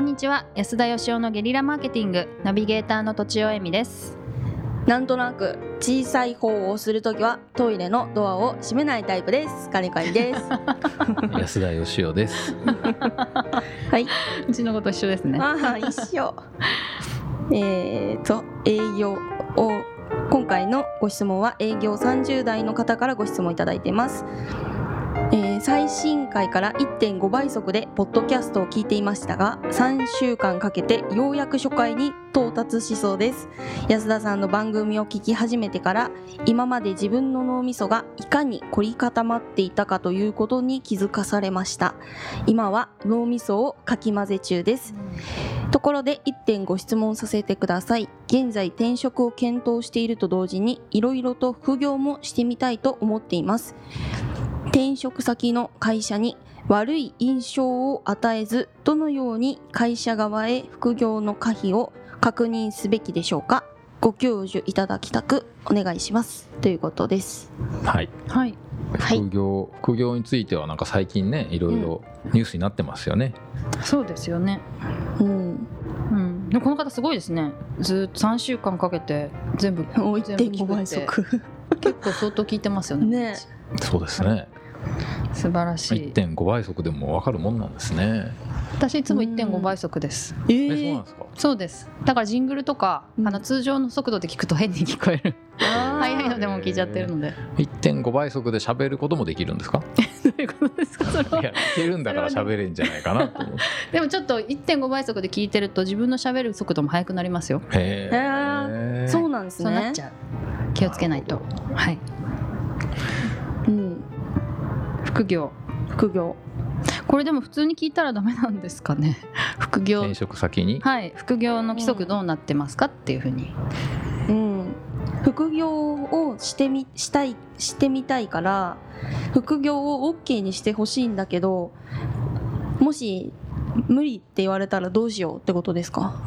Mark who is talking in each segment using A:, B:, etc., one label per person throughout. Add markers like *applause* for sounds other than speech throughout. A: にちは安田義雄のゲリラマーケティングナビゲーターのとちおえみです
B: なんとなく小さい方をするときはトイレのドアを閉めないタイプです。カリカリです。
C: 安田義雄です。
B: はい。
A: うちのこと一緒ですね
B: ああ一緒。 *laughs* えーと営業を今回のご質問は営業30代の方からご質問いただいています。えー最新回から1.5倍速でポッドキャストを聞いていましたが3週間かけてようやく初回に到達しそうです安田さんの番組を聞き始めてから今まで自分の脳みそがいかに凝り固まっていたかということに気づかされました今は脳みそをかき混ぜ中ですところで1点ご質問させてください現在転職を検討していると同時にいろいろと副業もしてみたいと思っています転職先の会社に悪い印象を与えずどのように会社側へ副業の可否を確認すべきでしょうかご教授いただきたくお願いしますということです
C: はい。
A: はい
B: はい
C: 副業、副業についてはなんか最近ね、いろいろニュースになってますよね。
A: そうですよね
B: うん
A: うんでもこの方すごいですねずーっと3週間かけて全部
B: お
A: 全部聞
B: 1.5
A: く
B: 倍
A: って
B: 速
A: 結構相当聞いてますよね
B: ね
C: そうですね。
A: 素晴らしい
C: 1.5倍速でもわかるもんなんですね。
A: 私いつも
B: うん
A: 1.5倍速です
B: え
C: え、そう
B: ー
C: なんですか。
A: そうですだからジングルとか、
B: うん
A: あの通常の速度で聞くと変に聞こ *laughs* える
B: あー
A: 早いのでも聞いちゃってるので
C: 1.5倍速で喋ることもできるんですか。
A: どういうことですか *laughs* それ
C: い
A: は
C: や、いけるんだから喋れんじゃないかなと思って。
A: でもちょっと1.5倍速で聞いてると自分の喋る速度も速くなりますよ、
C: へえ。
B: そうなんです
A: そうな
B: ね
A: っちゃう気をつけないとはい
B: うん
A: 副業
B: 副業
A: これでも普通に聞いたらダメなんですかね副業
C: 転職先に。
A: はい副業の規則どうなってますかっていうふうに
B: うん、副業をしてみしたいしてみたいから副業を OK にしてほしいんだけどもし無理って言われたらどうしようってことですか、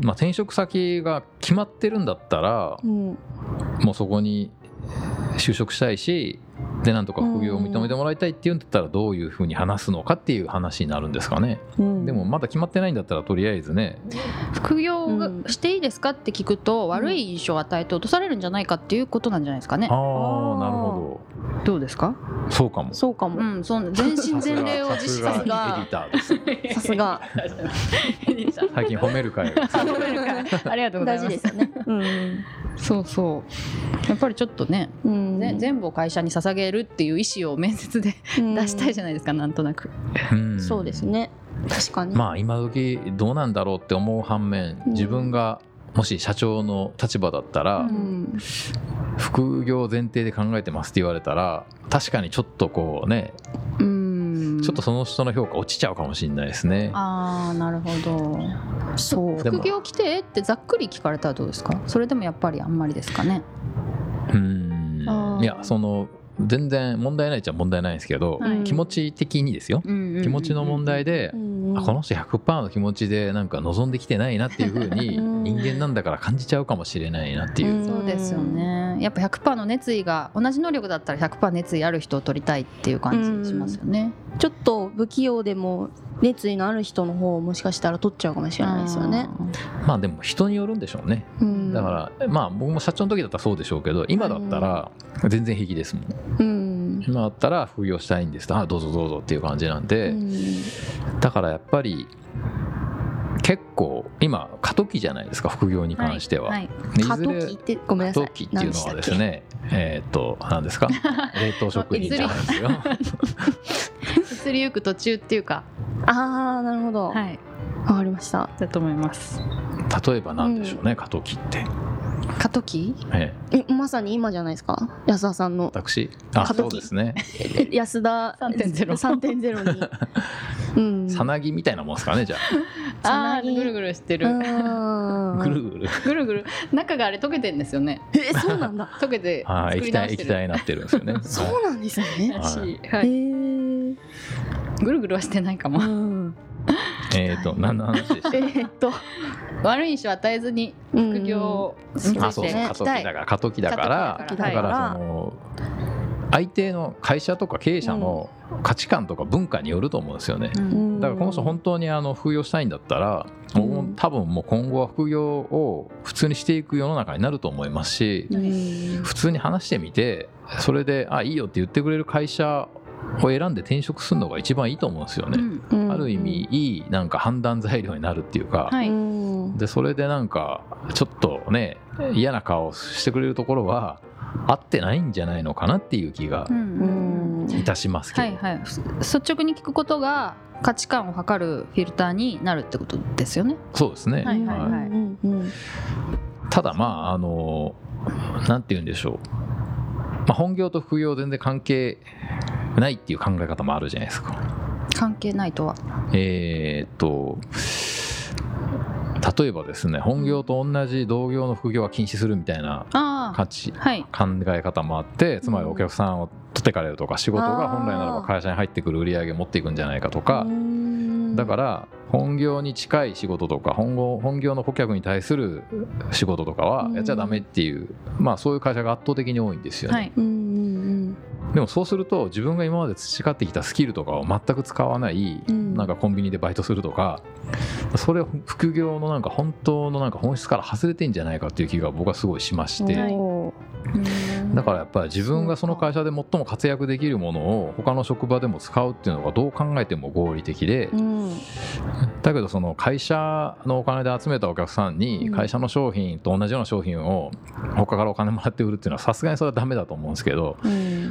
C: まあ、転職先が決まってるんだったら、
B: うん
C: もうそこに就職したいしでなんとか副業を認めてもらいたいっていうんだったらどういうふうに話すのかっていう話になるんですかね、
B: うん、
C: でもまだ決まってないんだったらとりあえずね
A: 副業
B: う
A: が
B: ん
A: していいですかって聞くと、悪い印象を与えて落とされるんじゃないかっていうことなんじゃないですかね
C: ああなるほ
A: どうですか
C: どそうかも
B: そうかも、
A: うんそう全身全霊を
C: さ
A: 実
C: す
A: 施
C: が
A: さ
C: さ
A: せ
C: す
A: て
C: がエデ
B: *laughs*
C: ィターです
B: さすが
C: *laughs* 最近褒める会が
A: あごめんなさいありがとうござい
B: 大
A: ます
B: 事ですよね、うん
A: そうそうやっぱりちょっとね
B: うん
A: ぜ全部を会社に捧げるっていう意思を面接で出したいじゃ
B: ゃ
A: ないですかなんとなく
C: うん
B: そうですね確かに、
C: まあ今時どうなんだろうって思う反面
B: うん
C: 自分がもし社長の立場だったら、
B: うん
C: 副業前提で考えてますって言われたら確かにちょっとこうね
A: うん
C: ちょっとその人の評価落ちちゃうかもしれないですね。
A: ああなるほどそう
C: でも
A: 副業規定ってざっくり聞かれたらどうですかそれでもやっぱりあんまりですかね
C: うー
B: あ
C: ん
B: ー
C: いやその全然問題ないっちゃ問題ないんですけど、
A: はい
C: 気持ち的にですよ、気
A: 気
C: 持ちの問題で、
B: うん
C: あこの人100%の気持ちでなんか望んできてないなっていうふうに
B: うん
C: 人間なんだから感じちゃうかもしれないなっていう、
B: ん
A: そうですよねやっぱ100%の熱意が同じ能力だったら100%熱意ある人を取りたいっていう感じしますよね
B: ちょっと不器用でも熱意のある人の方をもしかしたら取っちゃうかもしれないですよね、
C: まあでも人によるんでしょうね
B: うん、
C: だから、まあ僕も社長の時だったらそうでしょうけど今だったら全然平気ですもん
B: うん、
C: 今だったら副業したいんですとあどうぞどうぞっていう感じなんで、
B: うん
C: だからやっぱり結構今過渡期じゃないですか副業に関しては。
A: はい
C: でい
B: 過
C: ず
B: 渡
C: れ
B: 期ってごめんなさい
C: 過渡期っていうのはですねえーっと何ですか冷凍食品じゃないですよ
A: 移りゆく途中っていうか
B: 何でしたっけああなるほどわ、
A: はい
B: かりました
A: だと思います
C: 例えば何でしょうね過渡期って、
A: 過渡期
C: ええ
B: えまさに今じゃないですか安田さんの
C: 私あ
B: 過渡
C: そう
B: 期
C: ですね
B: え安田
A: 3.0
C: *laughs*
B: 3.0にうん
C: さなぎみたいなもんですかねじゃ
A: あ
B: つな
A: ー
B: ぎ
A: ぐるぐるして
B: う
A: る、
C: あ
B: ん
C: ぐるぐる
A: ぐるぐる中があれ溶けてんですよね
B: えそうなんだ
A: 溶けて
C: は
A: 作
C: い液
A: り
C: 体
A: 直して
C: 液
A: る
C: 体になってるんですよね
B: そ
C: は
B: うなんですね
A: らしい、
B: へ
A: は
B: え
A: い、ぐるぐるはしてないか
B: う
A: も
B: ん
C: いえーっと何の話でし
B: えーっと
A: 悪い印象を与えずに副業につい
B: うん
A: て
C: たあそうそう過渡期だから過渡期だから
A: 過渡期
C: だ
A: だ
C: か
A: から
B: は
C: その相手の会社とか経営者の価値観とか文化によると思うんですよね。
A: うん
C: だからこの人本当にあの副業したいんだったら、僕
B: う
C: も
B: ん
C: 多分もう今後は副業を普通にしていく世の中になると思いますし
B: うん
C: 普通に話してみてそれで「あいいよ」って言ってくれる会社を選んで転職するのが一番いいと思うんですよ
A: う
C: ね。
A: ん
B: うん
C: ある意味いいなんか判断材料になるっていうか、
A: は
B: う
A: い、
B: ん
C: でそれでなんかちょっとね嫌な顔してくれるところは合ってないんじゃないのかなっていう気が
A: うん
B: うん
C: いたしますけど、
A: はいはい率直に聞くことが価値観を測るフィルターになるってことですよね
C: そうですね、
A: はいはいはい
B: うんうん
C: ただまああのなんて言うんでしょう、まあ、本業と副業全然関係ないっていう考え方もあるじゃないですか。
A: 関係ないとは
C: えーっと例えばですね本業と同じ同業の副業は禁止するみたいな
A: ああ
C: 価値
A: はい
C: 考え方もあってつまりお客さんを取ってかれるとか仕事が本来ならば会社に入ってくる売り上げを持っていくんじゃないかとか
B: うん
C: だから本業に近い仕事とか本業本業の顧客に対する仕事とかは
B: うん
C: やっちゃダメっていうまあそういう会社が圧倒的に多いんですよね、
A: はい
B: うんうん
C: でもそうすると自分が今まで培ってきたスキルとかを全く使わない
B: うん
C: なんかコンビニでバイトするとかそれ副業のなんか本当のなんか本質から外れてんじゃないかっていう気が僕はすごいしまし
B: う
C: て
B: ん
A: はい
B: お
C: だからやっぱり自分がその会社で最も活躍できるものを他の職場でも使うっていうのがどう考えても合理的で
B: ーうん
C: だけどその会社のお金で集めたお客さんに
B: うん
C: 会社の商品と同じような商品を他からお金もらって売るっていうのはさすがにそれはダメだと思うんですけど
B: うん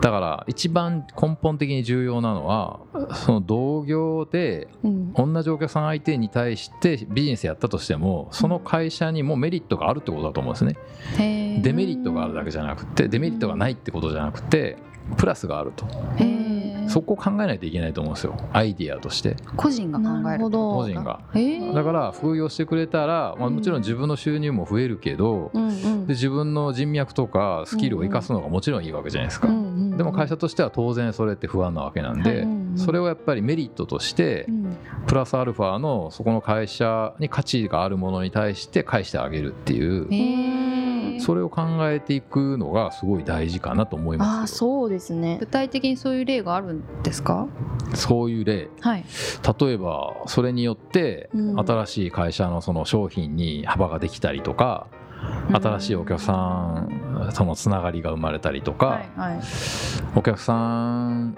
C: だから一番根本的に重要なのはその同業で
B: うん
C: 同じお客さん相手に対してビジネスやったとしてもその会社にもメリットがあるってことだと思うんですね。
A: へ
C: デメリットがあるだけじゃなくてデメリットがないってことじゃなくてプラスがあると
A: へー
C: そこを考えないといけないと思うんですよアイディアとして
A: 個人が考
B: な
A: え
B: るほ
A: る
B: ど
C: 個人が
A: へー
C: だから副業してくれたら、まあ、
B: うん
C: もちろん自分の収入も増えるけど
B: うんうん
C: で自分の人脈とかスキルを生かすのがもちろんいいわけじゃないですか
B: うんうんうん
C: でも会社としては当然それって不安なわけな
A: は
C: ん
A: い
C: で
A: う
C: それをやっぱりメリットとして
B: うん
C: プラスアルファのそこの会社に価値があるものに対して返してあげるっていう
A: へー
C: それを考えていくのがすごい大事かなと思い
B: あ
C: ま
B: あ
C: す
B: そうですね
A: 具体的にそういう例があるんですか
C: そういう例
A: はい
C: 例えばそれによって
B: うん
C: 新しい会社のその商品に幅ができたりとか新しいお客さんとのつながりが生まれたりと
A: は
C: か
A: いはい
C: お客さん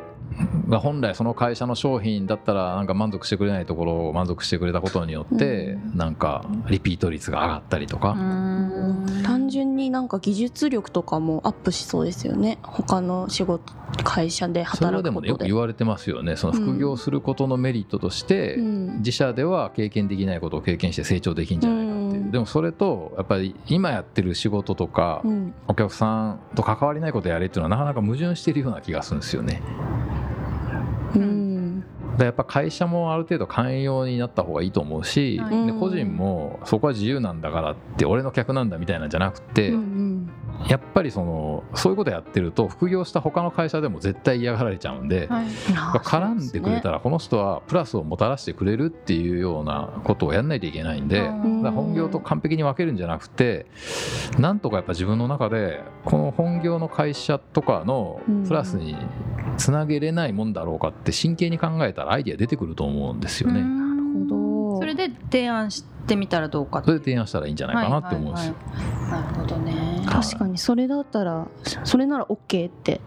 C: が本来その会社の商品だったらなんか満足してくれないところを満足してくれたことによって
B: う
C: なんかリピート率が上がったりとか
B: 単純になんか技術力とかもアップしそうですよね他の仕事会社で
C: それ
B: 働
C: はで
B: くこ
C: もねよ
B: と
C: く
B: で
C: 言われてますよねその副業することのメリットとして
B: うん
C: 自社では経験できないことを経験して成長できるんじゃないかっていう、
B: うん
C: でもそれとやっぱり今やってる仕事とか、
B: うん
C: お客さんと関わりないことやれっていうのはなかなか矛盾してるような気がするんですよね。
B: うん
C: でやっぱ会社もある程度寛容になった方がいいと思うし、
A: はい
C: で個人もそこは自由なんだからって俺の客なんだみたいなんじゃなくて、
B: うん
C: やっぱりそのそういうことやってると副業した他の会社でも絶対嫌がられちゃうんで。
A: はい
C: 絡んでくれた
B: ら
C: らこの人はプラスをもたらしてくれるっていうようなことをやんないといけないんで、
A: うん
C: だから本業と完璧に分けるんじゃなくてなんとかやっぱ自分の中でこの本業の会社とかのプラスにつなげれないもんだろうかって真剣に考えたらアイディア出てくると思うんですよね。
A: うん
B: ほど
A: それで提案してみたらどうか
C: それで提案したらいいんじゃないかなって思うんですよ。
A: はいはいはいなるほどね
C: はい
B: 確かにそれだったらそれなら OK って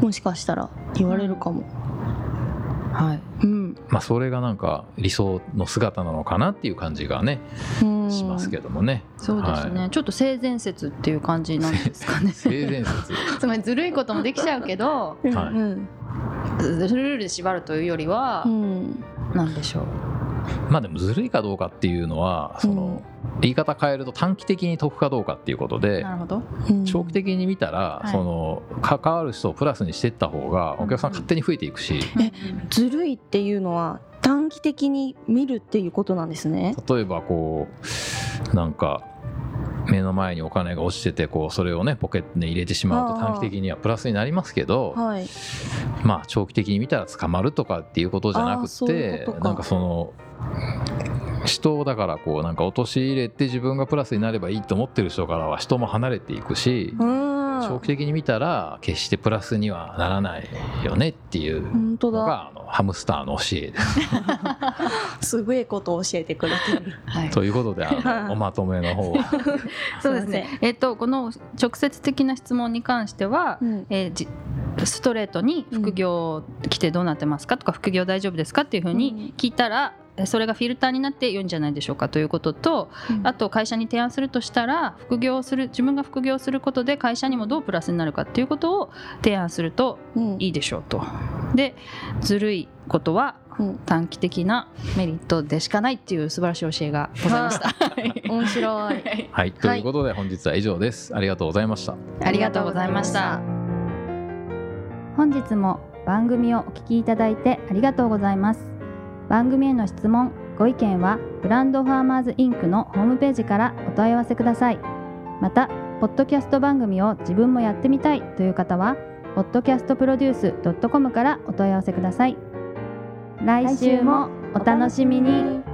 B: もしかしたら言われるかも
A: はい
B: うん、
C: まあそれがなんか理想の姿なのかなっていう感じがね
B: うん、
C: しますけどもね。
A: そうですね、
C: は
A: ちょっと性善説っていう感じなんですかね
C: 性善説。
A: *laughs* つまりずるいこともできちゃうけど
B: うん
C: はい
B: うん
A: ルールで縛るというよりは
B: う、ん
A: なんでしょう
C: まあでもずるいかどうかっていうのはその言い方変えると短期的に得かどうかっていうことで
A: なるほど
B: うん
C: 長期的に見たら、
A: はい
C: その関わる人をプラスにしていった方がお客さん勝手に増えていくし、
B: えずるいっていうのは短期的に見るっていうことなんですね
C: 例えばこうなんか目の前にお金が落ちててこうそれをねポケットに入れてしまうと
B: ああ
C: 短期的にはプラスになりますけど
B: はい
C: まあ長期的に見たら捕まるとかっていうことじゃな
B: ああ
C: く
B: そうい
C: て
B: うことか
C: なんかその人をだからこうなんか陥れて自分がプラスになればいいと思ってる人からは人も離れていくし
B: うーん
C: 長期的に見たら決してプラスにはならないよねっていう
B: 本当
C: の
B: だ
C: があのハムスターの教えです
B: すごいことを教えてくれてる
A: はい
C: ということであのおまとめの方は
B: そうですね
A: いませんえっとこの直接的な質問に関しては、
B: うん
A: えーじストレートに副業来てどうなってますかとか副業大丈夫ですかっていうふうに聞いたら、えそれがフィルターになって良いんじゃないでしょうかということとあと会社に提案するとしたら副業をする自分が副業することで会社にもどうプラスになるかっていうことを提案すると
B: うん
A: いいでしょうと。でずるいことは
B: うん
A: 短期的なメリットでしかないっていう素晴らしい教えがございました。 *laughs*
B: 面白い
C: はいということで本日は以上ですありがとうございました
A: ありがとうございました。
D: 本日も番組をお聞きいただいてありがとうございます番組への質問ご意見はブランドファーマーズインクのホームページからお問い合わせくださいまたポッドキャスト番組を自分もやってみたいという方は podcastproduce.com からお問い合わせください来週もお楽しみに